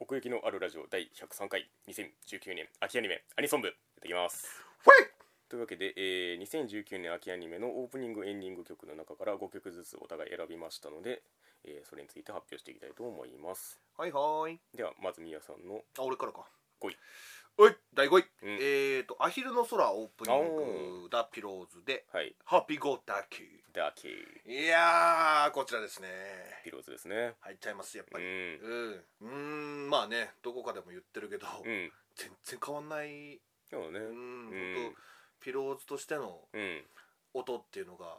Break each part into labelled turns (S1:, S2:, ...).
S1: 奥行きのあるラジオ第103回2019年秋アニメアニソン部やっていきます
S2: フェイ
S1: というわけで、えー2019年秋アニメのオープニングエンディング曲の中から5曲ずつお互い選びましたので、えーそれについて発表していきたいと思います
S2: はいはーい
S1: ではまずみやさんの
S2: あ俺からか
S1: 五位
S2: おい第5位、
S1: うん
S2: えーと「アヒルの空」オープニング「ダ・ピローズ」で
S1: はい
S2: 「ハッピーゴーダッキー
S1: ダーキー」
S2: いやーこちらですね
S1: ピローズですね
S2: 入っちゃいますやっ
S1: う
S2: ぱり
S1: ん
S2: うんうーんまあねどこかでも言ってるけど、
S1: うん
S2: 全然変わんない
S1: そうだね
S2: うん、
S1: うん
S2: ほんとピローズとしての
S1: うん
S2: 音っていうのが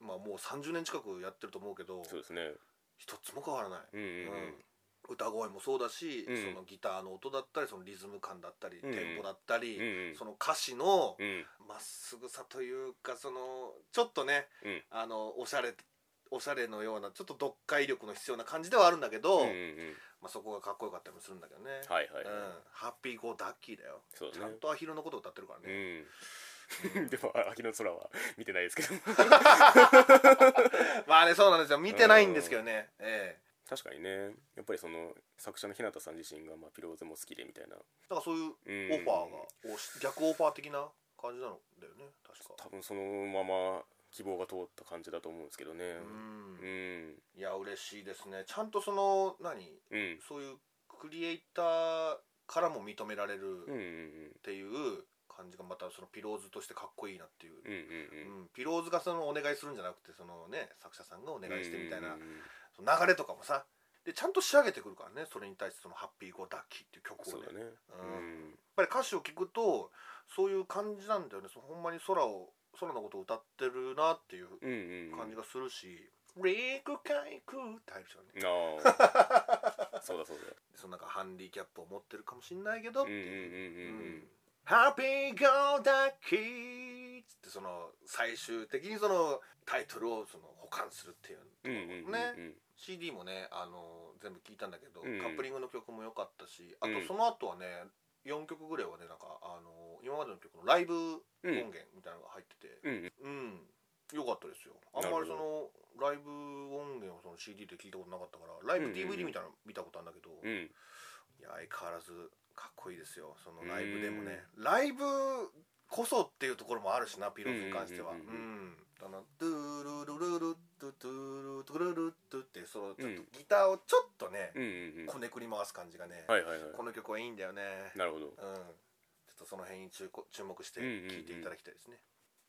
S2: まあもう30年近くやってると思うけど
S1: そうですね
S2: 一つも変わらない
S1: うんうん
S2: うん歌声もそうだし、
S1: うん
S2: そのギターの音だったりそのリズム感だったり、
S1: うん
S2: テンポだったり、
S1: うんうん
S2: その歌詞の
S1: うん
S2: まっすぐさというかそのちょっとね、
S1: うん
S2: あのおしゃれおしゃれのようなちょっと読解力の必要な感じではあるんだけど、
S1: うんうんうん
S2: まあ、そこがかっこよかったりもするんだけどね、
S1: はいはい
S2: うん
S1: は、
S2: ハッピーゴーダッキーだよ
S1: いそう
S2: ち
S1: だ
S2: ゃ
S1: ね
S2: んとアヒルのことを歌ってるからね、
S1: うん でも秋の空は見てないですけど
S2: まあねそうなんですよ見てないんですけどね、ええ
S1: 確かにねやっぱりその作者の日向さん自身がまあピローズも好きでみたいな
S2: だからそういうオ
S1: オ
S2: ファーが、おし逆オファー的な感じなのだよね確か
S1: 多分そのまま希望が通った感じだと思うんですけどね
S2: うん
S1: うん
S2: いや嬉しいですねちゃんとその何
S1: うん
S2: そういうクリエイターからも認められ
S1: うんうんう
S2: るっ
S1: ん
S2: ていう感じがまたそのピローズとしてかっこいいなっていう、
S1: うん
S2: う
S1: うん
S2: んピローズがそのお願いするんじゃなくてそのね作者さんがお
S1: お
S2: 願いしてみたいなその流れとかもさでちゃんと仕上げてくるからねそれに対してその「ハッピーゴーダッキー」っていう曲
S1: そ
S2: を
S1: う
S2: ね
S1: だね
S2: うんやっぱり歌詞を聞くとそういう感じなんだよねそのほんまに空を空のことを歌ってるなっていう
S1: うんうんうん
S2: 感じがするし「陸海空」って入るじゃんね
S1: あ あそうだそうだ
S2: そのなんかハンディキャップを持ってるかもしんないけどっ
S1: う
S2: て
S1: んうんうん
S2: いう
S1: うんうん
S2: 「ハッピーゴーダッキー」つってその最終的にそのタイトルをその保管するっていうとこ
S1: う
S2: ろ
S1: んうんうん
S2: ね CD もねあの全部聞いたんだけど、
S1: うん
S2: カップリングの曲も良かったしあ
S1: うん
S2: とその後はね4曲ぐらいはねなんかあの今までの曲のライブ音
S1: うん
S2: 源みたいなのが入ってて
S1: うんうん
S2: うん良かったですよあんまりそのライブ音源をその CD で聞いたことなかったからライブ
S1: うんうんうん
S2: DVD みたいなの見たことあるんだけど、
S1: う
S2: い
S1: ん
S2: や相変わらずかっこいいですよそのライブでもねライブこそっていうところもあるしなピローズに関しては
S1: う
S2: うんん
S1: うんうんう
S2: あのドゥルルルルドゥドゥルドゥルルドゥってそのちょっ
S1: うん
S2: とギターをちょっとね
S1: うんうんうん
S2: こねくり回す感じがね、
S1: はいはいはい
S2: この曲はいいんだよね
S1: なるほど
S2: うんちょっとその辺に注こ注目して
S1: うんうんうん
S2: 聴いていただきたいですね、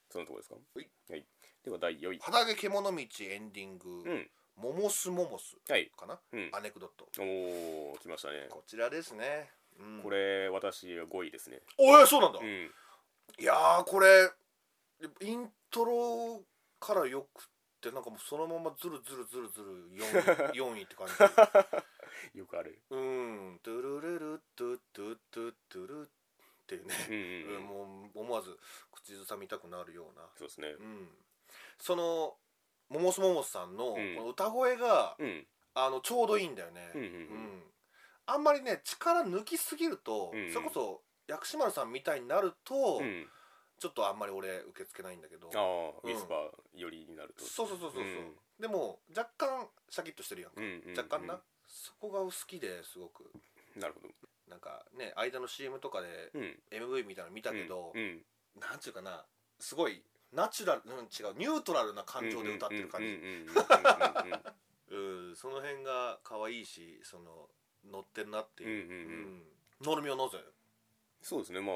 S1: そのとこですか
S2: はい
S1: はいでは第4位
S2: 肌毛獣道エンディング、
S1: うん
S2: モモスモモス
S1: はい
S2: かな、
S1: うん
S2: アネクドット
S1: おお来ましたね
S2: こちらですね、うん
S1: これ私は5位ですね
S2: おえそうなんだ、
S1: う
S2: い
S1: ん
S2: やーこれイントロからよくってなんかもうそのままズルズルズルズル 4, 4位って感じ
S1: よくある
S2: うんトゥルルルトゥトゥトゥトゥルっていうね、
S1: うん
S2: う
S1: うんんうん
S2: もう思わず口ずさみたくなるような、
S1: そうですね
S2: うん、そのモモスモモスさんのこ
S1: うん
S2: の歌声が、
S1: うん
S2: あのちょうどいいんだよね、
S1: うんうん
S2: うんあんまりね力抜きすぎると、
S1: うん
S2: それこそ薬師丸さんみたいになると、
S1: うんうん
S2: ちょっとあんまり俺受け付けないんだけど
S1: ああウ
S2: う
S1: ィ
S2: ん
S1: スパーよりになると
S2: そうそうそうそうそう、
S1: うん
S2: でも若干シャキッとしてるやん
S1: う
S2: か、
S1: んうんうん
S2: 若干な、そこが好きですごく
S1: なるほど
S2: なんかね間の CM とかで
S1: うん
S2: MV みたいなの見たけど、
S1: うんうん
S2: なんていうかなすごいナチュラル、うん、違うニュートラルな感情で歌ってる感じ、
S1: うんうんうんうんうんうんうん
S2: うん、その辺が可愛いしその乗ってるなっていう、
S1: うんうんうん
S2: ノルミをノズ
S1: そうですねまあ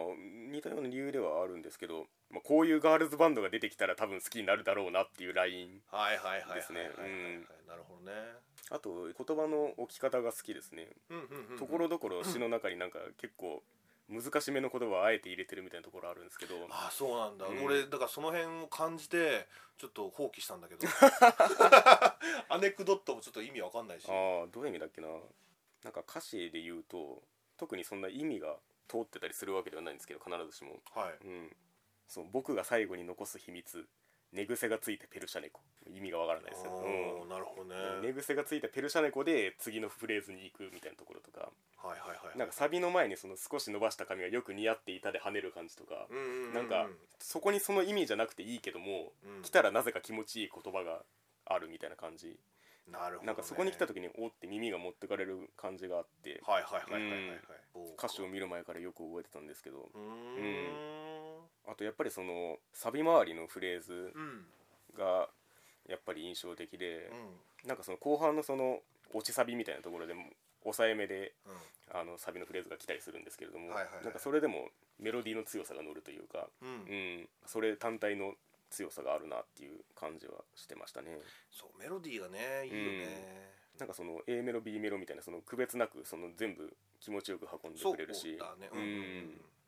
S1: 似たような理由ではあるんですけどまあこういうガールズバンドが出てきたら多分好きになるだろうなっていうライン
S2: はいはいはいはいはいはい、
S1: ですねうん
S2: なるほどね
S1: あと言葉の置き方が好きですね
S2: うんうんうん
S1: ところどころ詩の中になんか結構難しめの言葉をあえて入れてるみたいなところあるんですけど
S2: ああそうなんだ、
S1: うん
S2: 俺だからその辺を感じてちょっと放棄したんだ けどアネクドットもちょっと意味わかんないし
S1: ああどういう意味だっけななんか歌詞で言うと特にそんな意味が通ってたりするわけではないんですけど必ずしも、
S2: は
S1: う
S2: い
S1: ん、そう僕が最後に残す秘密寝癖がついたペルシャ猫意味がわからないですよ、
S2: おーなるほどね、
S1: うん、寝癖がついたペルシャ猫で次のフレーズに行くみたいなところとか
S2: はいはいはい
S1: なんかサビの前にその少し伸ばした髪がよく似合っていたで跳ねる感じとか、
S2: うんうんうん
S1: なんかそこにその意味じゃなくていいけども
S2: うん
S1: 来たらなぜか気持ちいい言葉があるみたいな感じ
S2: なるほど、ね、
S1: なんかそこに来た時におって耳が持ってかれる感じがあって
S2: はいはいはいはいはいはい
S1: 歌詞を
S2: う
S1: 見る前からよく覚えてたんですけど
S2: ーん
S1: あとやっぱりそのサビ周りのフレーズ
S2: うん
S1: がやっぱり印象的で
S2: うん
S1: なんかその後半のその落ちサビみたいなところでも抑えめで
S2: うん
S1: あのサビのフレーズが来たりするんですけれども
S2: はいはいはい
S1: なんかそれでもメロディーの強さが乗るというか、
S2: うん
S1: うん、それ単体の強さがあるなっていう感じはしてましたね
S2: そうメロディーがねいいよね、
S1: なんかその A メロ B メロみたいなその区別なくその全部気持ちよく運んでくれるし
S2: そうだね
S1: う
S2: うんん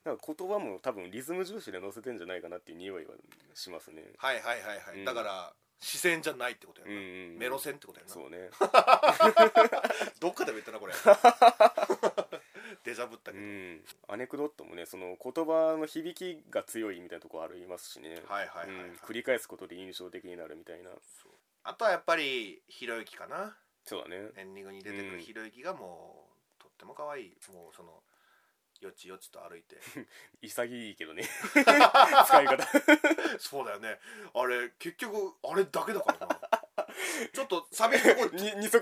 S1: なんか言葉も多分リズム重視で乗せてんじゃないかなっていう匂いはしますね
S2: はいはいはいはい、
S1: うん
S2: だから視線じゃないってことやな、
S1: うんうんうん
S2: メロ線ってことやな
S1: そうね
S2: どっかでも言っ たなこれデジャブった
S1: う
S2: けど、
S1: んアネクドットもねその言葉の響きが強いみたいなところありますしね
S2: はいはいはいはい、
S1: うん繰り返すことで印象的になるみたいな
S2: そうあとはやっぱりひろゆきかな
S1: そうだね
S2: エンディングに出てく
S1: うん
S2: るひろゆきがもうとっても可愛いもうそのよちよちと歩いて
S1: 潔いけどね 使い方
S2: そうだよねあれ結局あれだけだからな ちょっとサビのとこ
S1: に二 足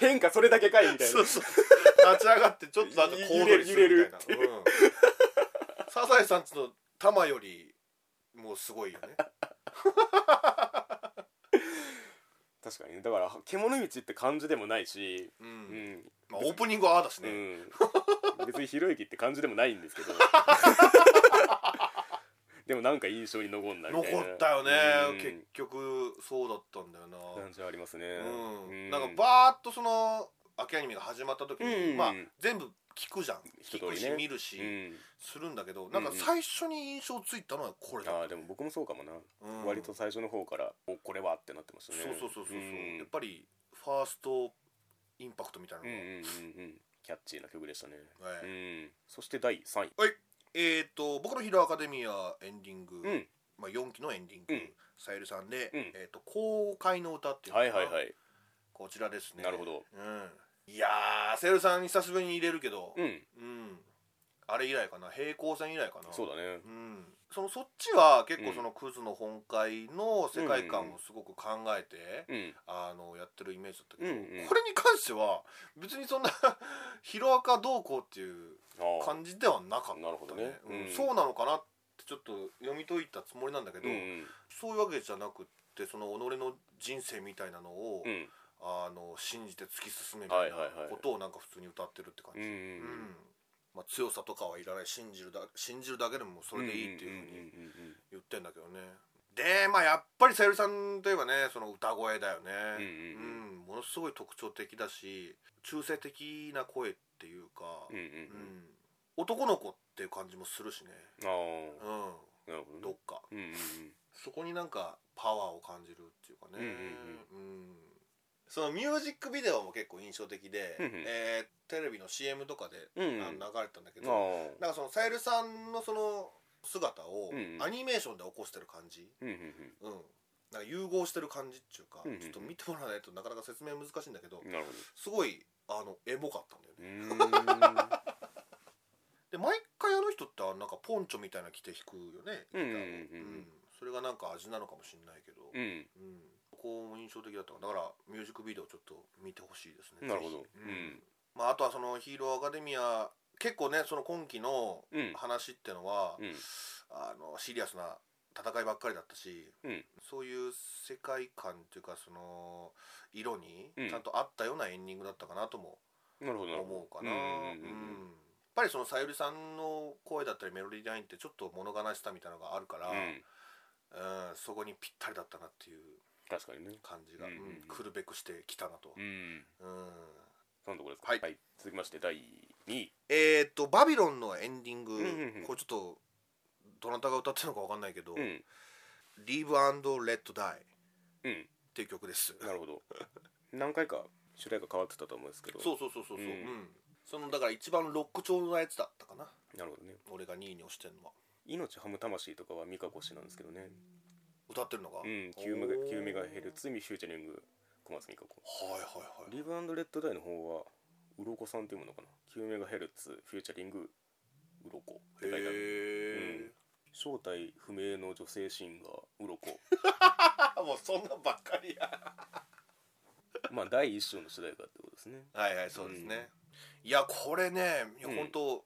S1: 変化それだけかいみたいな
S2: そうそう立ち上がってちょっとなんか小躍りするみたいな、うん、サザエさんちの玉よりもうすごいよね
S1: 確かにねだから獣道って感じでもないし
S2: う、
S1: うんん、
S2: まあ、オープニングはああだし
S1: う
S2: ね、
S1: ん、別にひろゆきって感じでもないんですけ どでもなんか印象に残んなみ
S2: 残
S1: たいな
S2: ったよね、
S1: うん
S2: 結局そうだったんだよな、
S1: 感じはありますね
S2: うん
S1: うん
S2: なんかバーッとその秋アニメが始まった時に、
S1: うん
S2: まあ全部聞くじゃん
S1: 一通り
S2: 聞
S1: ね
S2: くし見るし、
S1: うん
S2: するんだけどなんか
S1: うんうん
S2: 最初に印象ついたのはこれだ、
S1: ああでも僕もそうかもな、
S2: うん
S1: 割と最初の方から「おこれは」ってなってました
S2: そう
S1: ね
S2: そうそうそうそう、
S1: ん
S2: やっぱりファーストインパクトみたいな
S1: う
S2: の
S1: ん
S2: が、
S1: うんうんうんキャッチーな曲でしたね、
S2: はい
S1: うんそして第3位
S2: えー、と僕の「ヒロアカデミア」エンディング、
S1: うん
S2: まあ、4期のエンディング、
S1: うん
S2: さゆりさんで、
S1: うん
S2: えーと「公開の歌」っていうの
S1: はい
S2: が
S1: はいはい
S2: こちらですね
S1: なるほど、
S2: うん、いやーさゆりさん久しぶりに入れるけど
S1: うん
S2: うん、あれ以来かな平行線以来かな
S1: そうだね
S2: うん、そのそっちは結
S1: う
S2: 構
S1: ん
S2: そのクズの本会の世界観をすごく考えて、
S1: うん
S2: あのやってるイメージだったけど、
S1: うんうん
S2: これに関しては別にそんな ヒロアカどうこうっていう
S1: ああ
S2: 感じではなかったね
S1: なるほどね
S2: うん
S1: うん
S2: そうなのかなってちょっと読み解いたつもりなんだけど、
S1: うんうん
S2: そういうわけじゃなくってその己の人生みたいなのを、
S1: うん
S2: あの信じて突き進めみたいな
S1: はいはいはい
S2: ことをなんか普通に歌ってるって感
S1: う
S2: じ、
S1: んう
S2: うん
S1: うん
S2: まあ、強さとかはいらない信じるだ信じるだけでもそれでいいっていうふうに
S1: んうんうん
S2: 言ってんだけどねでまあやっぱりさゆりさんといえばねその歌声だよね、
S1: うんうんうん
S2: うんものすごい特徴的だし中性的な声っていうか、
S1: うんうんうん
S2: うん男の子っていう感じもするしね
S1: あ
S2: う
S1: あ
S2: ん
S1: なるほど
S2: どっ
S1: ね
S2: か
S1: うんうんうん
S2: そこになんかパワーを感じるっていうかね
S1: う
S2: うんそのミュージックビデオも結構印象的で、
S1: うんうん
S2: えーテレビの CM とかで、
S1: うんうん
S2: あの流れてたんだけ
S1: あ
S2: ど
S1: あ
S2: なんかそのさゆりさんのその姿を
S1: うんうん
S2: アニメーションで起こしてる感じ、
S1: うんうん
S2: うん、なんか融合してる感じっていうか、
S1: うんうんうん
S2: ちょっと見てもらわないとなかなか説明難しいんだけど
S1: うんなるほ
S2: すごいあのエモかったんだよね
S1: どうー
S2: で毎回あの人ってあのなんかポンチョみたいなの着て弾くよね
S1: うんうんうん
S2: ギタ
S1: うん
S2: ーをうんそれがなんか味なのかもしれないけど、
S1: んうん
S2: うん、ここも印象的だったからだからミュージックビデオちょっと見てほしいですね
S1: なるほど
S2: ぜ
S1: う
S2: ひ
S1: ん
S2: まあ、あとはそのヒーローアカデミア結構ねその今期の
S1: うん
S2: 話ってのは、
S1: うん
S2: あのシリアスな戦いばっかりだったし、
S1: うん
S2: そういう世界観っていうかその色に
S1: うん
S2: ちゃんと合ったようなエンディングだったかなとも
S1: なるほどなる
S2: 思
S1: ほ
S2: うか
S1: どう
S2: な、
S1: んうん
S2: う
S1: うんん
S2: やっぱりそのさゆりさんの声だったりメロディーラインってちょっと物悲しさみたいなのがあるから、
S1: うんう
S2: うん
S1: ん
S2: そこにぴったりだったなっていう
S1: 確かにね
S2: 感じが、
S1: う
S2: うんん
S1: うんうん
S2: 来るべくしてきたなと、
S1: うん
S2: うん
S1: そのところですか
S2: はい
S1: はい続きまして第2位
S2: えっ、と「バビロン」のエンディング、
S1: んうんうん
S2: これちょっとどなたが歌ってるのかわかんないけど「
S1: うん
S2: Leave and Let Die」っ
S1: うん
S2: ていう曲です
S1: なるほど何回か主題歌変わってたと思うんですけど
S2: そうそうそうそうそう、
S1: うん
S2: うんそのだから一番ロック調のやつだったかな
S1: なるほどね
S2: 俺が2位に押してんのは
S1: 命ハム魂とかはミカコ氏なんですけどね
S2: 歌ってるのが、
S1: うん9メガ
S2: おー
S1: 9メガヘルツミフューチャリング小松美香子
S2: はいはいはい
S1: リブレッドダイの方はうろこさんっていうものかな9メガヘルツフューチャリングうろこって書いてある
S2: へえ、
S1: うん正体不明の女性シンガー鱗
S2: あもうそんなばっかりや
S1: まあ第一章の主題歌ってことですね
S2: はいはいそうですね、いやこれねいや
S1: うん
S2: 本当、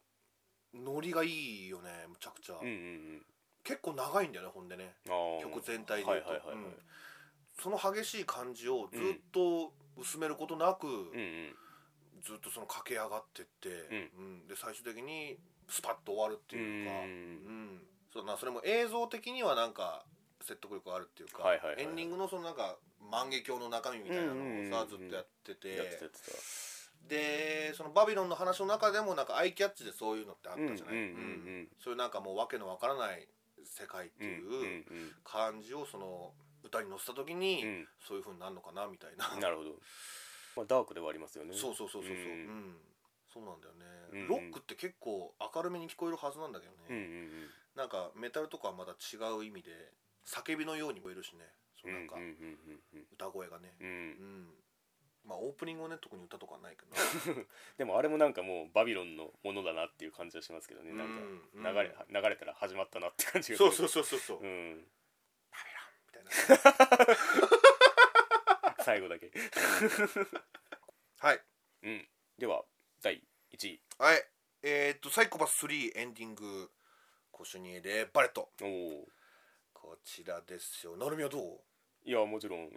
S2: ノリがいいよねむちゃくちゃ、
S1: うんうん
S2: 結構長いんだよねほんでね
S1: うんあー
S2: 曲全体で言うと
S1: はいはいはいはい
S2: うんその激しい感じをずっと薄めることなく、
S1: うんうん
S2: ずっとその駆け上がってって、うんで最終的にスパッと終わるっていうか、
S1: う
S2: うん
S1: ん
S2: そうなそれも映像的にはなんか説得力あるっていうか、
S1: はいはいはいはい
S2: エンディングのそのなんか万華鏡の中身みたいなのを
S1: うんうんうん
S2: さ、ずっとやってて
S1: やってたやってた
S2: でそのバビロンの話の中でもなんかアイキャッチでそういうのってあったじゃ
S1: うんうんう
S2: ない、
S1: んうん
S2: うんそういうなんかもうわけのわからない世界って
S1: うん
S2: いう感じをその歌に乗せた時に、
S1: うん
S2: そういう風になるのかなみたいな、
S1: うんなるほどまあダークではありますよね
S2: そうそうそうそうそう、う
S1: うんん
S2: そうなんだよね、
S1: うんうん
S2: ロックって結構明るめに聞こえるはずなんだけどね、
S1: うんうん
S2: なんかメタルとかはまた違う意味で叫びのように聞こえるしねそう
S1: うん
S2: なんか
S1: うんうんうん
S2: 歌声がね
S1: うんうん
S2: うん、まあオープニングはね特に歌とかはないけど
S1: でもあれもなんかもうバビロンのものだなっていう感じはしますけど ねなんか流
S2: な
S1: れ流れたら始まったなって感じがする
S2: そうそうそうそうそう、
S1: うん
S2: みたいな
S1: 最後だけ
S2: はい
S1: うんでは第1位
S2: はいえー、っと「サイコパス3」エンディングコシュニエでバレット
S1: おお
S2: こちらですよなるみはどう
S1: いやもちろん 好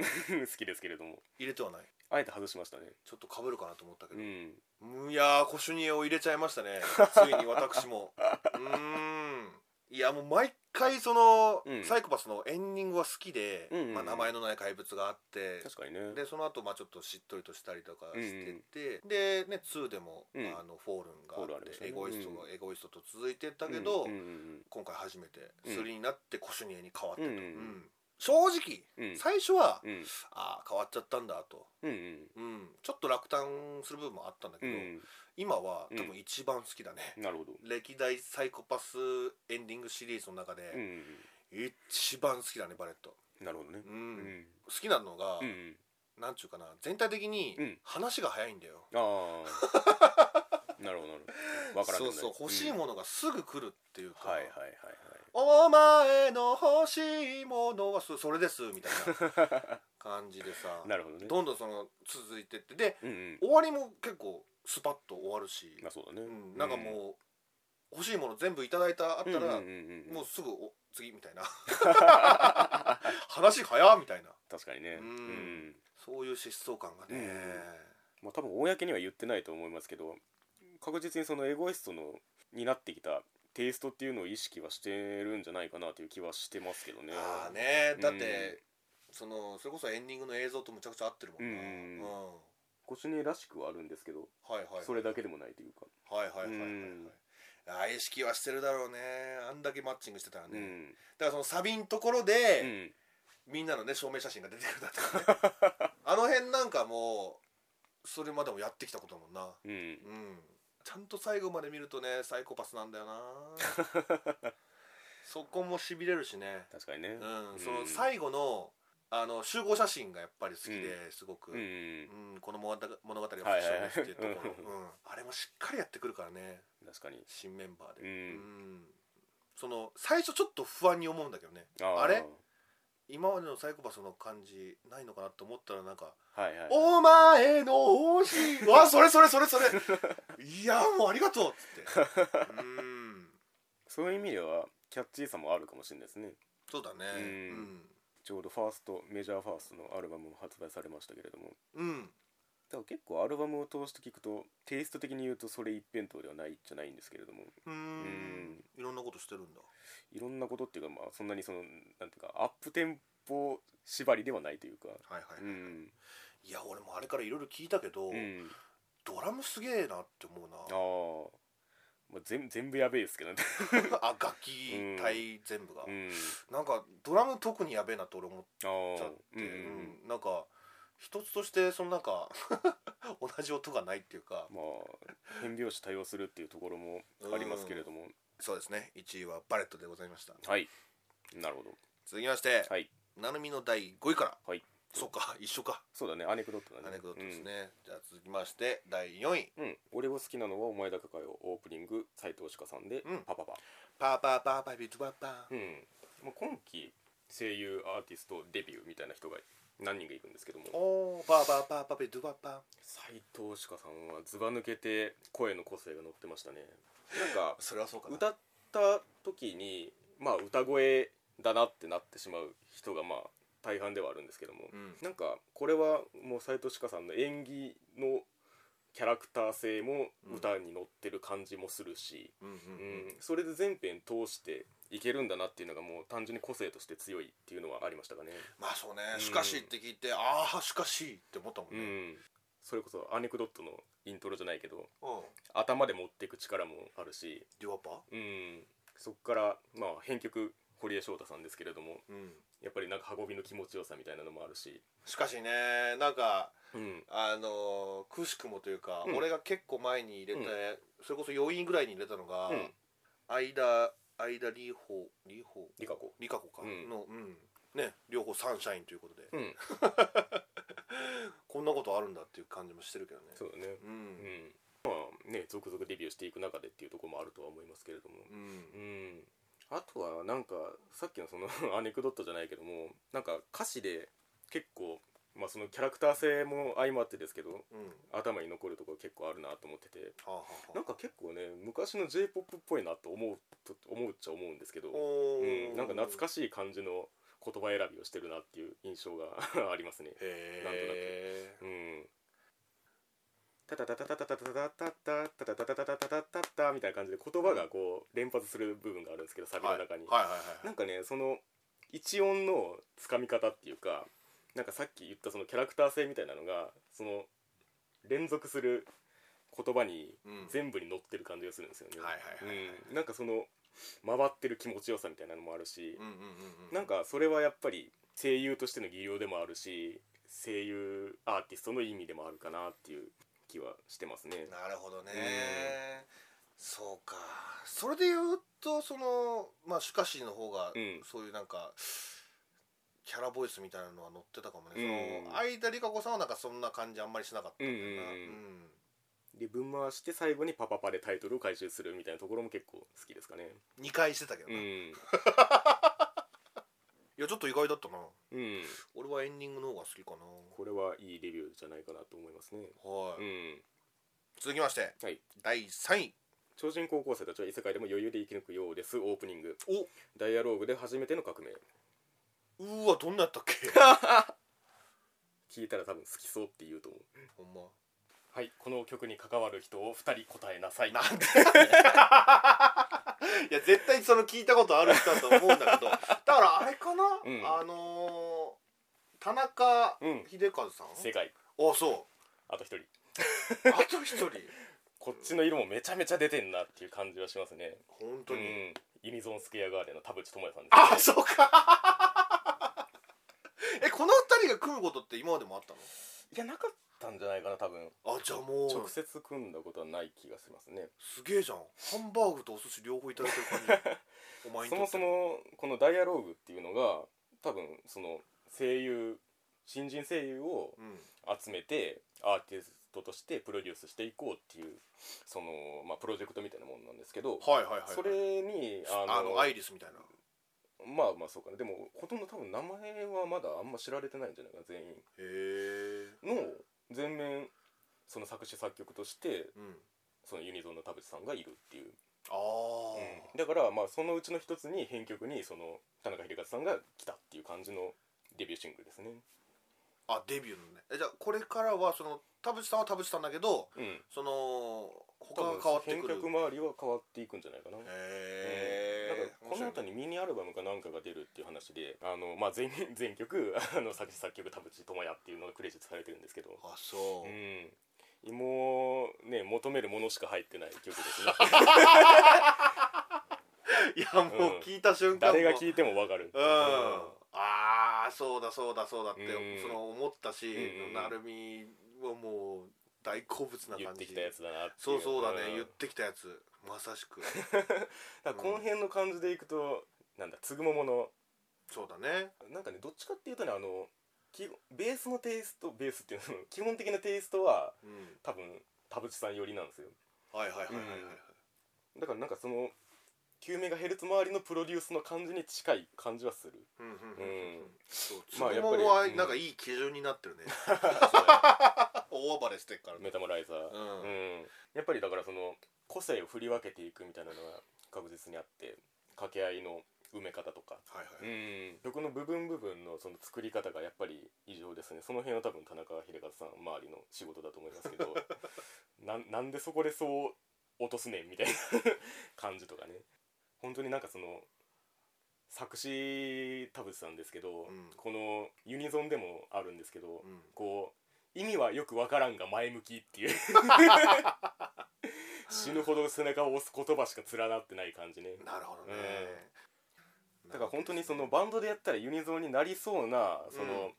S1: きですけれども
S2: 入れてはない
S1: あえて外しましたね
S2: ちょっとかぶるかなと思ったけ
S1: う
S2: ど、
S1: ん
S2: うんいやーコシュニエを入れちゃいました ねついに私もうーんいやもう毎回その、
S1: うん
S2: サイコパスのエンディングは好きで、
S1: うんうんうん
S2: まあ、名前のない怪物があって
S1: 確かにね
S2: でその後まあちょっとしっとりとしたりとかしてて、で、ね、2でも、
S1: うん
S2: あのフォールンが
S1: フォール
S2: あ
S1: ンあ
S2: っ
S1: り
S2: て
S1: ましたね
S2: エゴイストが、エゴイストと続いてったけど、
S1: うんうん
S2: 今回初めて
S1: うん
S2: 3になってコシュニエに変わってと、
S1: うんうんうん
S2: うん正直
S1: うんうん
S2: 最初は、
S1: うん
S2: ああ変わっちゃったんだと、
S1: うんうん
S2: うん、ちょっと落胆する部分もあったんだけ
S1: う
S2: ど、
S1: ん
S2: 今は
S1: うん
S2: 多分一番好きだね、
S1: なるほど
S2: 歴代サイコパスエンディングシリーズの中
S1: うんう
S2: で
S1: ん
S2: 一番好きだねバレット、
S1: うんなるほどね
S2: うん
S1: うん
S2: 好きなのが、
S1: うんうん
S2: なんちゅうかな全体的に
S1: うん
S2: 話が早いんだよ、
S1: ああ なるほどなるほどわからんでも
S2: そ
S1: ない
S2: うそう欲しい
S1: ん
S2: ものがすぐ来るっていうか、
S1: はいはいはいはい
S2: お前の欲しいものはそそれですみたいな 感じでさ
S1: なるほどね
S2: どんどんその続いてってで
S1: うんうん
S2: 終わりも結構スパッと終わるし、
S1: まあそうだね
S2: うん、なんかもう欲しいもの全部いただいたあったら、
S1: うんうんうんうん
S2: もうすぐお次み たいな話早っみたいな
S1: 確かにねう
S2: う
S1: んん
S2: そういう疾走感がね、
S1: まあ多分公には言ってないと思いますけど確実にそのエゴイストのになってきたテイストっていうのを意識はしてるんじゃないかなという気はしてますけどね
S2: ああねだって、
S1: うん
S2: そのそれこそエンディングの映像とむちゃくちゃ合ってるもんな、
S1: う
S2: うん
S1: んコシュネらしくはあるんですけど
S2: はいはい
S1: それだけでもないというか
S2: はいはいはいはいはい、
S1: うん
S2: ああ意識はしてるだろうねあんだけマッチングしてたらね、
S1: うん
S2: だからそのサビのところ
S1: う
S2: で、
S1: ん
S2: みんなのね証明写真が出てくるだとか、ね、 あの辺なんかもうそれまでもやってきたことだもんな
S1: うん
S2: うんちゃんと最後まで見るとねサイコパスなん だよなそこもしびれるしね、
S1: 確かにね
S2: うん
S1: うん
S2: その最後のあの集合写真がやっぱり好きですごく、
S1: うんうん
S2: うんこの物語物語を
S1: はい
S2: 発
S1: はいはい
S2: 祥にしてるところ、
S1: う
S2: うんあれもしっかりやってくるからね
S1: 確かに
S2: 新メンバー
S1: う
S2: で、うんその最初ちょっと不安に思うんだけどね
S1: ー
S2: あれ今までのサイコパスの感じないのかなと思ったらなんか
S1: はいはい
S2: 「お前の欲しい」わそれそれそれそれいやもうありがとうっつってうん
S1: そういう意味ではキャッチーさもあるかもしれないですね
S2: そうだね
S1: ちょうどファーストメジャーファーストのアルバムも発売されましたけれども
S2: うん、うん、
S1: だから結構アルバムを通して聞くとテイスト的に言うとそれ一辺倒ではないじゃないんですけれども
S2: うーんいろんなことしてるんだ
S1: いろんなことっていうか、まあ、そんなにそのなんていうかアップテンポ縛りではないというか
S2: はいはい、
S1: うん、
S2: いや俺もあれからいろいろ聞いたけど、
S1: うん、
S2: ドラムすげえなって思うな
S1: あー、まあ、全全部やべえですけどね、
S2: あ楽器体全部が、
S1: うん、
S2: なんかドラム特にやべえなって俺思っ
S1: あー
S2: ちゃっ
S1: うん
S2: て、う
S1: うんんうん
S2: なんか一つとしてそのなんか 同じ音がないっていうか
S1: まあ変拍子対応するっていうところもありますけれども、
S2: そうですね1位はバレットでございました
S1: はいなるほど
S2: 続きまして、
S1: はい
S2: なるみの第5位から
S1: はい
S2: そうか一緒か
S1: そうだねアネクドットだね
S2: アネクドットですね、じゃあ続きまして第4位
S1: うん、うん、俺を好きなのはお前だけかよオープニング斉藤鹿さんで、
S2: うん
S1: パパパ
S2: パーパーパーパービートパーパー
S1: うん、まあ、今期声優アーティストデビューみたいな人が何人かいるんですけども
S2: おーパーパーパーパービートパーパー
S1: 斉藤歯科さんはずば抜けて声の個性が乗ってましたね なんか
S2: それはそうかな
S1: 歌った時にまあ歌声だなってなってしまう人がまあ大半ではあるんですけども、
S2: うん
S1: なんかこれはもう斉藤千佳さんの演技のキャラクター性も歌に乗ってる感じもするし、
S2: うんうん
S1: うん
S2: うん
S1: それで全編通していけるんだなっていうのがもう単純に個性として強いっていうのはありましたかね。
S2: まあそうね
S1: う
S2: 「
S1: ん
S2: しかし」って聞いて「ああしかし」って思ったもん
S1: う
S2: ね
S1: んそれこそアネクドットのイントロじゃないけど
S2: うん
S1: 頭で持っていく力もあるし、
S2: デュワパー
S1: うん、そこから、まあ、編曲堀江翔太さんですけれども
S2: うん
S1: やっぱりなんか運びの気持ちよさみたいなのもあるし、
S2: しかしねなんか
S1: うん、
S2: あのー、くしくもというか、
S1: うん
S2: 俺が結構前に入れて、
S1: うん
S2: それこそ4位ぐらいに入れたのが、
S1: うん
S2: 相田相田リーホーリーホー
S1: リカ子
S2: リカ子か、
S1: うん
S2: の、うんね、両方サンシャインということで、
S1: うん、
S2: こんなことあるんだっていう感じもしてるけどね
S1: そうだね。
S2: う
S1: うんん、まあね続々デビューしていく中でっていうところもあるとは思いますけれども、
S2: うん、
S1: うん、あとはなんかさっきのそのアネクドットじゃないけどもなんか歌詞で結構、まあ、そのキャラクター性も相まってですけど
S2: うん
S1: 頭に残るところ結構あるなと思ってて
S2: はあ、はあ
S1: な
S2: は
S1: んか結構ね昔の j p o p っぽいなと思うと思うっちゃ思うんですけど、
S2: あ、おー
S1: うん、なんか懐かしい感じの言葉選びをしてるなっていう印象がありますね。
S2: へえ
S1: うんタタタタタタタタタタタタタタタタタタタタタみたいな感じで言葉がこう連発する部分があるんですけどサビの中に、
S2: はいはいはいはい
S1: なんかねその一音のつかみ方っていうかなんかさっき言ったそのキャラクター性みたいなのがその連続する言葉に
S2: うん
S1: 全部に乗ってる感じがするんですよね、
S2: はいはいはいはい
S1: うん、なんかその回ってる気持ちよさみたいなのもあるし、
S2: うんうんうんうん
S1: なんかそれはやっぱり声優としての技量でもあるし声優アーティストの意味でもあるかなっていう気はしてますね。
S2: なるほどね、そうかそれで言うとそのまあしかしの方が、
S1: うん
S2: そういうなんかキャラボイスみたいなのは乗ってたかもね、
S1: うん
S2: その相田理香子さんはなんかそんな感じあんまりしなかったんだよな
S1: う
S2: うんん、
S1: うんうで分回して最後にパパパでタイトルを回収するみたいなところも結構好きですかね。
S2: 2回してたけど
S1: う
S2: な、い
S1: ん、
S2: やちょっと意外だったな
S1: うん、
S2: 俺はエンディングの方が好きかな
S1: これはいいレビューじゃないかなと思いますね。
S2: はい、
S1: うん、
S2: 続きまして
S1: はい
S2: 第3位
S1: 超人高校生たちは異世界でも余裕で生き抜くようですオープニング
S2: お
S1: ダイアローグで初めての革命
S2: うーわどんなやったっ け
S1: 聞いたら多分好きそうって言うと思う
S2: ほんま
S1: はいこの曲に関わる人を2人答えなさい
S2: なんで いや絶対その聞いたことある人だと思うんだけどだからあれかな、
S1: うん
S2: あのー田中
S1: うん
S2: 秀和さん、
S1: 世界
S2: あそ
S1: あと1人
S2: うあと一人
S1: こっちの色もめちゃめちゃ出てんなっていう感じはしますね。
S2: 本
S1: う
S2: 当に、
S1: ん、ユニゾンスクエアガーデンの田淵智也さんです、ね。
S2: あそうか えこの二人が組むことって今までもあった
S1: いやなかったんじゃないかな多分。
S2: のあじゃあもう
S1: 直接組んだことはない気がしますね。
S2: すげえじゃんハンバーグとお寿司両方いただいてる感 じお前
S1: そも
S2: にとって
S1: そもこのダイアローグっていうのが多分その声優新人声優を
S2: うん
S1: 集めてアーティストとしてプロデュースしていこうっていうそのまあプロジェクトみたいなものなんですけど、
S2: はいはいはい、はい、
S1: それに
S2: あのアイリスみたいな
S1: まあまあそうかねでもほとんど多分名前はまだあんま知られてないんじゃないかな全員
S2: へえ
S1: の全面その作詞作曲として
S2: うん
S1: そのユニゾンの田淵さんがいるっていう、
S2: ああ、
S1: うんだからまあそのうちの一つに編曲にその田中秀和さんが来たっていう感じのデビューシングルですね
S2: あデビューのねえじゃあこれからはその田淵さんは田淵さんだけど
S1: うん
S2: その他
S1: 多
S2: が
S1: 分
S2: 変わってくる
S1: 編曲周りは変わっていくんじゃないかなうんなん
S2: へ
S1: かこの後
S2: に
S1: にミニアルバムかなんかが出るっていう話であの、まあ、全全曲 あの作詞作曲田淵智也っていうのがクレジットされてるんですけど
S2: あそう、
S1: うん、もうね求めるものしか入ってない曲ですね
S2: いやもう聞いた瞬間も
S1: 誰が
S2: い
S1: 聴いてもわかる
S2: うん、ああそうだそうだそうだって、
S1: うん
S2: その思ったし、
S1: うん
S2: なるみはもう大好物な感じ
S1: 言ってきたやつだなってい
S2: そうそうだね、
S1: ん
S2: 言ってきたやつま さしく
S1: だからこの辺の感じでいくとなんだつぐももの
S2: そうだね
S1: なんかねどっちかっていうとねあの基本ベースのテイストベースっていうの 基本的なテイストは
S2: うん
S1: 多分田淵さん寄りなんですよ
S2: はいはいはいはいはい、
S1: だからなんかその9メガヘルツ周りのプロデュースの感じに近い感じはする
S2: うんうんうん
S1: うん
S2: そう
S1: まあや
S2: つぼも
S1: っぱ
S2: は
S1: り
S2: なんかいい基準になっ てるね大暴れしてるからね
S1: メタモライザー、
S2: うん
S1: うんやっぱりだからその個性を振り分けていくみたいなのが確実にあって掛け合いの埋め方とか、
S2: はいはい
S1: うん、曲の部分部分のその作り方がやっぱり異常ですねその辺は多分田中秀和さん周りの仕事だと思いますけどなんなんでそこでそう落とすねんみたいな感じとかね本当になんかその作詞田淵さんですけど、
S2: うん
S1: このユニゾンでもあるんですけど、
S2: うん
S1: こう意味はよくわからんが前向きっていう死ぬほど背中を押す言葉しか連なってない感じね
S2: なるほどね、
S1: だから本当にそのバンドでやったらユニゾンになりそうなその、
S2: うん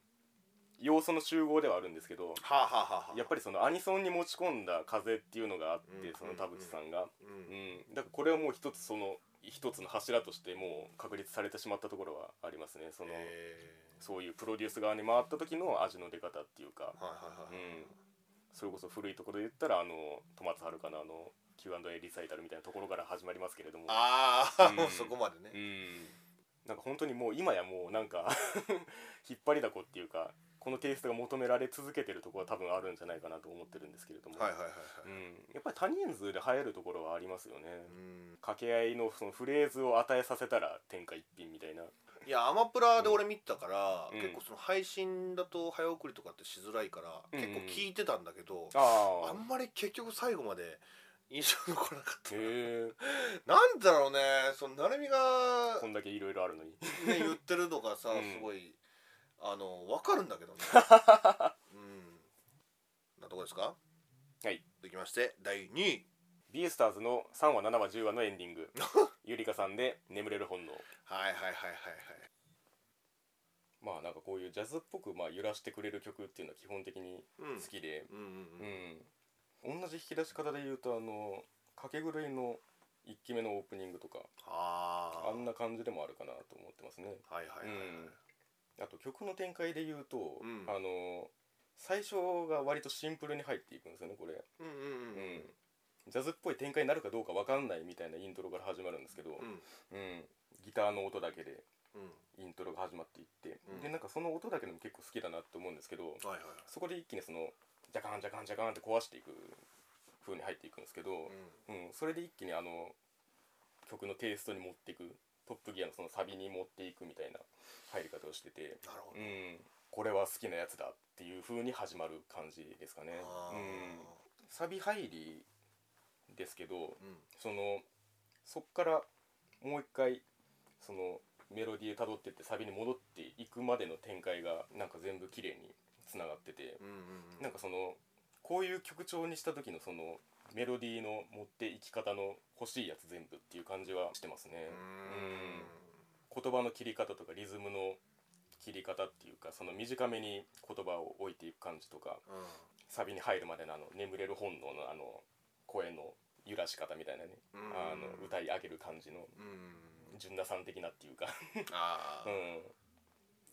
S1: 要素の集合ではあるんですけど
S2: はあ、はあはあはあ、
S1: やっぱりそのアニソンに持ち込んだ風っていうのがあって、
S2: うん
S1: その田淵さんが、
S2: う
S1: うん
S2: ん
S1: だからこれはもう一つその一つの柱としてもう確立されてしまったところはありますねその、
S2: え
S1: そういうプロデュース側に回った時の味の出方っていうか
S2: ー、はいはいはい、
S1: うんそれこそ古いところで言ったらあの戸松遥のあの Q&A リサイタルみたいなところから始まりますけれども
S2: ああ、
S1: うん
S2: もうそこまで
S1: う
S2: ね、
S1: んなんか本当にもう今やもうなんか 引っ張りだこっていうかこのテイストが求められ続けてるところは多分あるんじゃないかなと思ってるんですけれども、
S2: はいはいはいは
S1: う
S2: い、
S1: ん、やっぱり多人数で流行るところはありますよね、
S2: うん
S1: 掛け合いのそのフレーズを与えさせたら天下一品みたいな、
S2: いやアマプラで俺見てたから、
S1: うん
S2: 結構その配信だと早送りとかってしづらいから、
S1: うんうん
S2: 結構聞いてたんだけど、あ
S1: ああ
S2: んまり結局最後まで印象残らなかった、
S1: へえ
S2: なんだろうねその成美が、
S1: こんだけいろいろあるのに
S2: ね、言ってるのがさ、
S1: うん
S2: すごいあの分かるんだけど ねうんなとこですか
S1: はい
S2: 続きまして第2位
S1: ビースターズの3話7話10話のエンディン グゆりかさんで「眠れる本能
S2: はいはいはいはいはい」
S1: まあなんかこういうジャズっぽくまあ揺らしてくれる曲っていうのは基本的に
S2: うん
S1: 好きで、
S2: うん
S1: う
S2: うん
S1: ん同じ引き出し方で言うとあの「かけ狂い」の1期目のオープニングとか
S2: ああ
S1: あんな感じでもあるかなと思ってますね
S2: はいはいはいはい、
S1: あと曲の展開で言うと、
S2: うん
S1: あの最初が割とシンプルに入っていくんですよねこれ、
S2: うんうん
S1: う
S2: うん
S1: ん、ジャズっぽい展開になるかどうかわかんないみたいなイントロから始まるんですけど、
S2: うん
S1: うん、ギターの音だけで
S2: うん
S1: イントロが始まっていって、
S2: うん
S1: でなんかその音だけでも結構好きだなと思うんですけど
S2: はいはい
S1: そこで一気にそのジャカンジャカンジャカンって壊していく風に入っていくんですけど、
S2: う
S1: うんそれで一気にあの曲のテイストに持っていくトップギアのそのサビに持っていくみたいな入り方をしてて、
S2: んなるほ
S1: う
S2: ど、
S1: ん、これは好きなやつだっていう風に始まる感じですかね。
S2: あー
S1: うん、サビ入りですけど、
S2: うん
S1: そのそっからもう一回そのメロディーをたどってってサビに戻っていくまでの展開がなんか全部綺麗につながってて
S2: うんうんうん
S1: なんかそのこういう曲調にした時のそのメロディーの持っていき方の欲しいやつ全部っていう感じはしてますね
S2: う
S1: 言葉の切り方とかリズムの切り方っていうかその短めに言葉を置いていく感じとか
S2: んうん
S1: サビに入るまでのあの眠れる本能のあの声の揺らし方みたいなね
S2: うん
S1: あの歌い上げる感じの
S2: うん
S1: 純奈さん的なっていうか、
S2: あ
S1: う
S2: ー
S1: ん、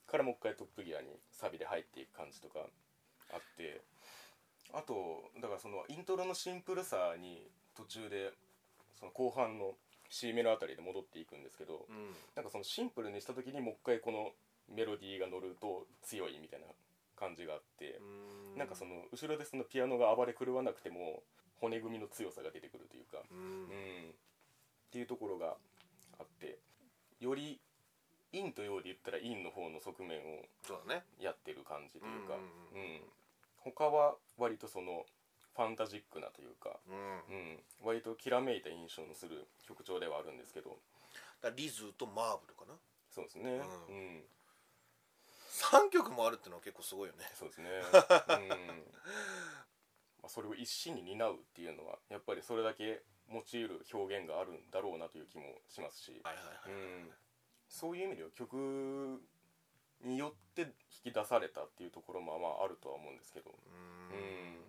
S1: からもう一回トップギアにサビで入っていく感じとかあってあとだからそのイントロのシンプルさに途中でその後半の C メロあたりで戻っていくんですけど
S2: うん
S1: なんかそのシンプルにした時にもう一回このメロディーが乗ると強いみたいな感じがあって
S2: うん
S1: なんかその後ろでそのピアノが暴れ狂わなくても骨組みの強さが出てくるというか
S2: うん
S1: うん、っていうところがあってより陰と陽で言ったら陰の方の側面を
S2: そうだね
S1: やってる感じというか、
S2: うん
S1: 他は割とそのファンタジックなというか、
S2: うん
S1: うん、割ときらめいた印象のする曲調ではあるんですけど
S2: だからリズとマーブルかな
S1: そうですね、
S2: う
S1: うん
S2: 3曲もあるってのは結構すごいよね
S1: そうですね、うんまあ、それを一心に担うっていうのはやっぱりそれだけ用いる表現があるんだろうなという気もしますし、
S2: はいはいはい、
S1: うんそういう意味では曲によって引き出されたっていうところもまああるとは思うんですけど、
S2: う
S1: うん
S2: ん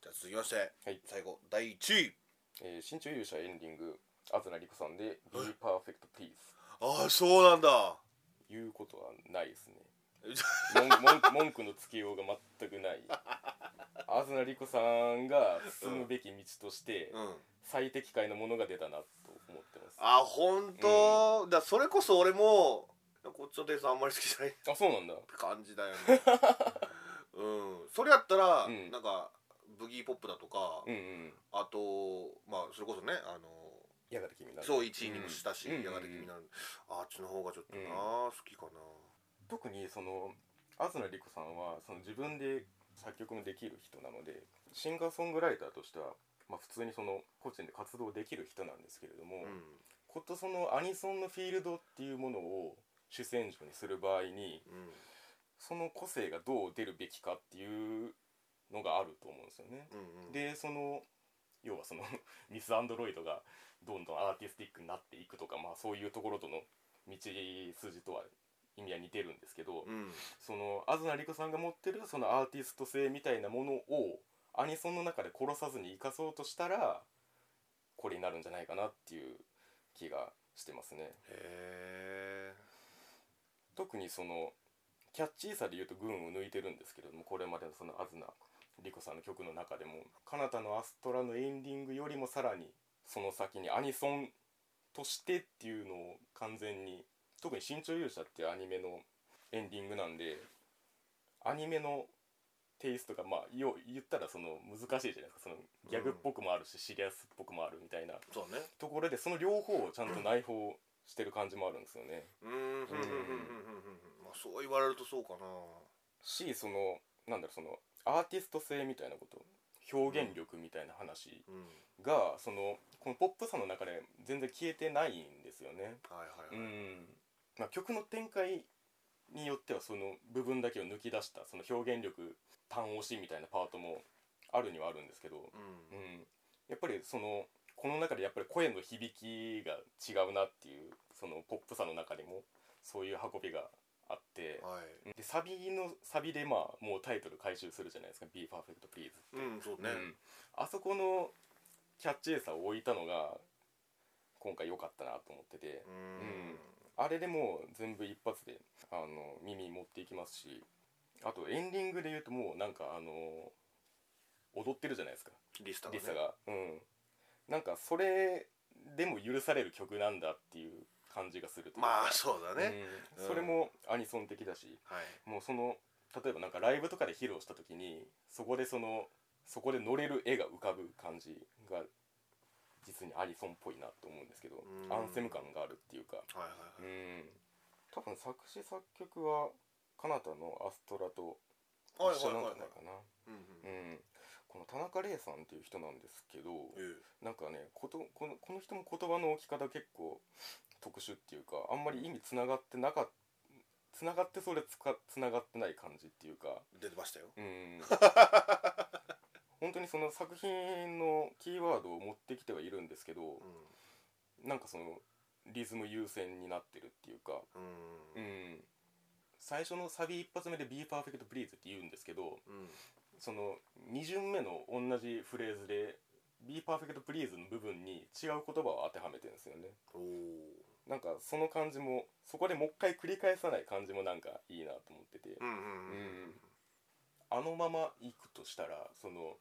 S2: じゃあ続きまして
S1: はい
S2: 最後第1位
S1: えー「新潮勇者エンディング」東莉子さんで「Be Perfect Please
S2: ああそうなんだ」
S1: 言うことはないですね
S2: え
S1: 文文文句のつけようが全くない東理子さんが進むべき道として
S2: うん
S1: 最適解のものが出たなと思ってます
S2: あ本当、だそれこそ俺もこっちの店さんあんまり好きじゃないって
S1: あそうなんだ
S2: 感じだ よねうんそれやったら、
S1: うん
S2: なんかブギーポップだとか、
S1: うんうん
S2: あとまあそれこそねあの
S1: やがて君になる
S2: そう1位にもしたし、
S1: うん
S2: やがて気になる、あっちの方がちょっとな、
S1: うん
S2: 好きかな
S1: 特にその東理子さんはその自分で作曲もできる人なのでシンガーソングライターとしては、まあ、普通にその個人で活動できる人なんですけれども、
S2: うん
S1: ことそのアニソンのフィールドっていうものを主戦場にする場合にその個性がどう出るべきかっていうのがあると思うんですよね。
S2: うんうんうん
S1: でその要はその ミス・アンドロイドがどんどんアーティスティックになっていくとか、まあ、そういうところとの道筋とは意味は似てるんですけど、
S2: うん
S1: その東理子さんが持ってるそのアーティスト性みたいなものをアニソンの中で殺さずに生かそうとしたらこれになるんじゃないかなっていう気がしてますね。
S2: へえ
S1: 特にそのキャッチーさで言うと群を抜いてるんですけれどもこれまでのその東理子さんの曲の中でも「彼方のアストラ」のエンディングよりもさらにその先にアニソンとしてっていうのを完全に特に「新潮勇者」っていうアニメのエンディングなんでアニメのテイストがまあよう言ったらその難しいじゃないですかそのギャグっぽくもあるしシリアスっぽくもあるみたいな
S2: そうね
S1: ところでその両方をちゃんと内包してる感じもあるんですよね。
S2: うんうんうんうんうんうんうんまあそう言われるとそうかな
S1: しそのなんだろうそのアーティスト性みたいなこと表現力みたいな話
S2: うん
S1: が、そのこのポップさの中で全然消えてないんですよね。
S2: はいはいは
S1: う
S2: い、
S1: んまあ、曲の展開によってはその部分だけを抜き出したその表現力単押しみたいなパートもあるにはあるんですけど、
S2: うん
S1: うん、やっぱりそのこの中でやっぱり声の響きが違うなっていうそのポップさの中にもそういう運びがあって。
S2: はい
S1: でサビのサビでまあもうタイトル回収するじゃないですか「BePerfectPlease
S2: うんそ」う
S1: う
S2: ね、
S1: んあそこのキャッチーさを置いたのが今回良かったなと思ってて、
S2: うん
S1: あれでもう全部一発であの耳持っていきますしあとエンディングで言うともうなんかあの踊ってるじゃないですか
S2: リスタが、ね、
S1: リサが、うんなんかそれでも許される曲なんだっていう感じがするというか
S2: まあそうだね、
S1: うん
S2: うん
S1: それもアニソン的だし、
S2: はい
S1: もうその例えばなんかライブとかで披露した時にそこでそのそこで乗れる絵が浮かぶ感じが実にアニソンっぽいなと思うんですけど
S2: うん
S1: アンセム感があるっていうか
S2: はいは
S1: う
S2: いはい
S1: ん多分作詞作曲はカナダのアストラと
S2: はい
S1: 一緒
S2: は
S1: ないん
S2: は
S1: じ
S2: い
S1: ゃないかな
S2: うんうん
S1: うんこの田中玲さんっていう人なんですけど
S2: え
S1: なんかねことこのこの人も言葉の置き方結構特殊っていうかあんまり意味つながってなかっつながってそれつかつながってない感じっていうか
S2: え出てましたよ
S1: うん本当にその作品のキーワードを持ってきてはいるんですけど
S2: う
S1: なんかそのリズム優先になってるっていうか
S2: ん
S1: う
S2: うん
S1: ん最初のサビ一発目で「BePerfectPlease」って言うんですけど
S2: うん
S1: その2巡目の同じフレーズで「BePerfectPlease」の部分に違う言葉を当てはめてるんですよね
S2: おお
S1: なんかその感じもそこでもう一回繰り返さない感じもなんかいいなと思ってて
S2: うんうんうん
S1: うんあのまま行くとしたらその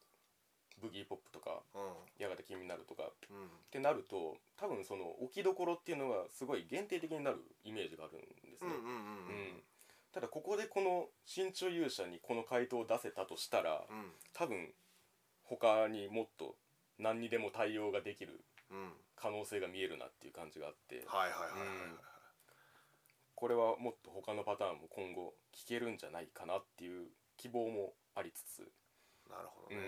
S1: ブギーポップとか
S2: うん
S1: やがて君になるとかっ
S2: うん
S1: てなると多分その置きどころっていうのがすごい限定的になるイメージがあるんです
S2: う
S1: ね
S2: ん、うん
S1: う
S2: うん
S1: んただここでこの新潮勇者にこの回答を出せたとしたら
S2: うん
S1: 多分他にもっと何にでも対応ができる
S2: うん
S1: 可能性が見えるなっていう感じがあって
S2: はいはいはいはいはい
S1: うんこれはもっと他のパターンも今後聞けるんじゃないかなっていう希望もありつつ
S2: なるほどね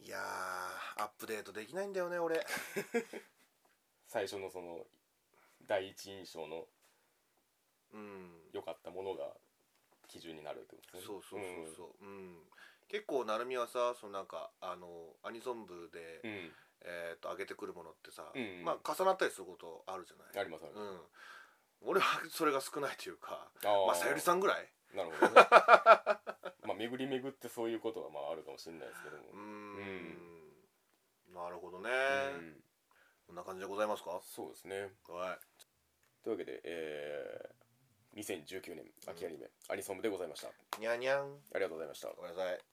S2: いやーアップデートできないんだよね俺
S1: 最初のその第一印象の
S2: うん
S1: 良かったものが基準になるってこと
S2: そう
S1: ですね
S2: そうそうそううん結構成美はさそのなんかあのアニソン部で
S1: うん、うん
S2: えーと上げてくるものってさ
S1: うんうん
S2: まあ重なったりすることあるじゃない
S1: ありますあり
S2: う
S1: ます、
S2: ん、俺はそれが少ないというか、
S1: あー
S2: まあ、さゆりさんぐらい
S1: なるほどね まあ巡り巡ってそういうことはまああるかもしれないですけども
S2: うーんなるほどね、
S1: うん
S2: こんな感じでございますか
S1: そうですね
S2: はい
S1: というわけでえー2019年秋アニメ、アニソン部でございましたあ
S2: にゃにゃん
S1: りがとうございました
S2: ごめんなさい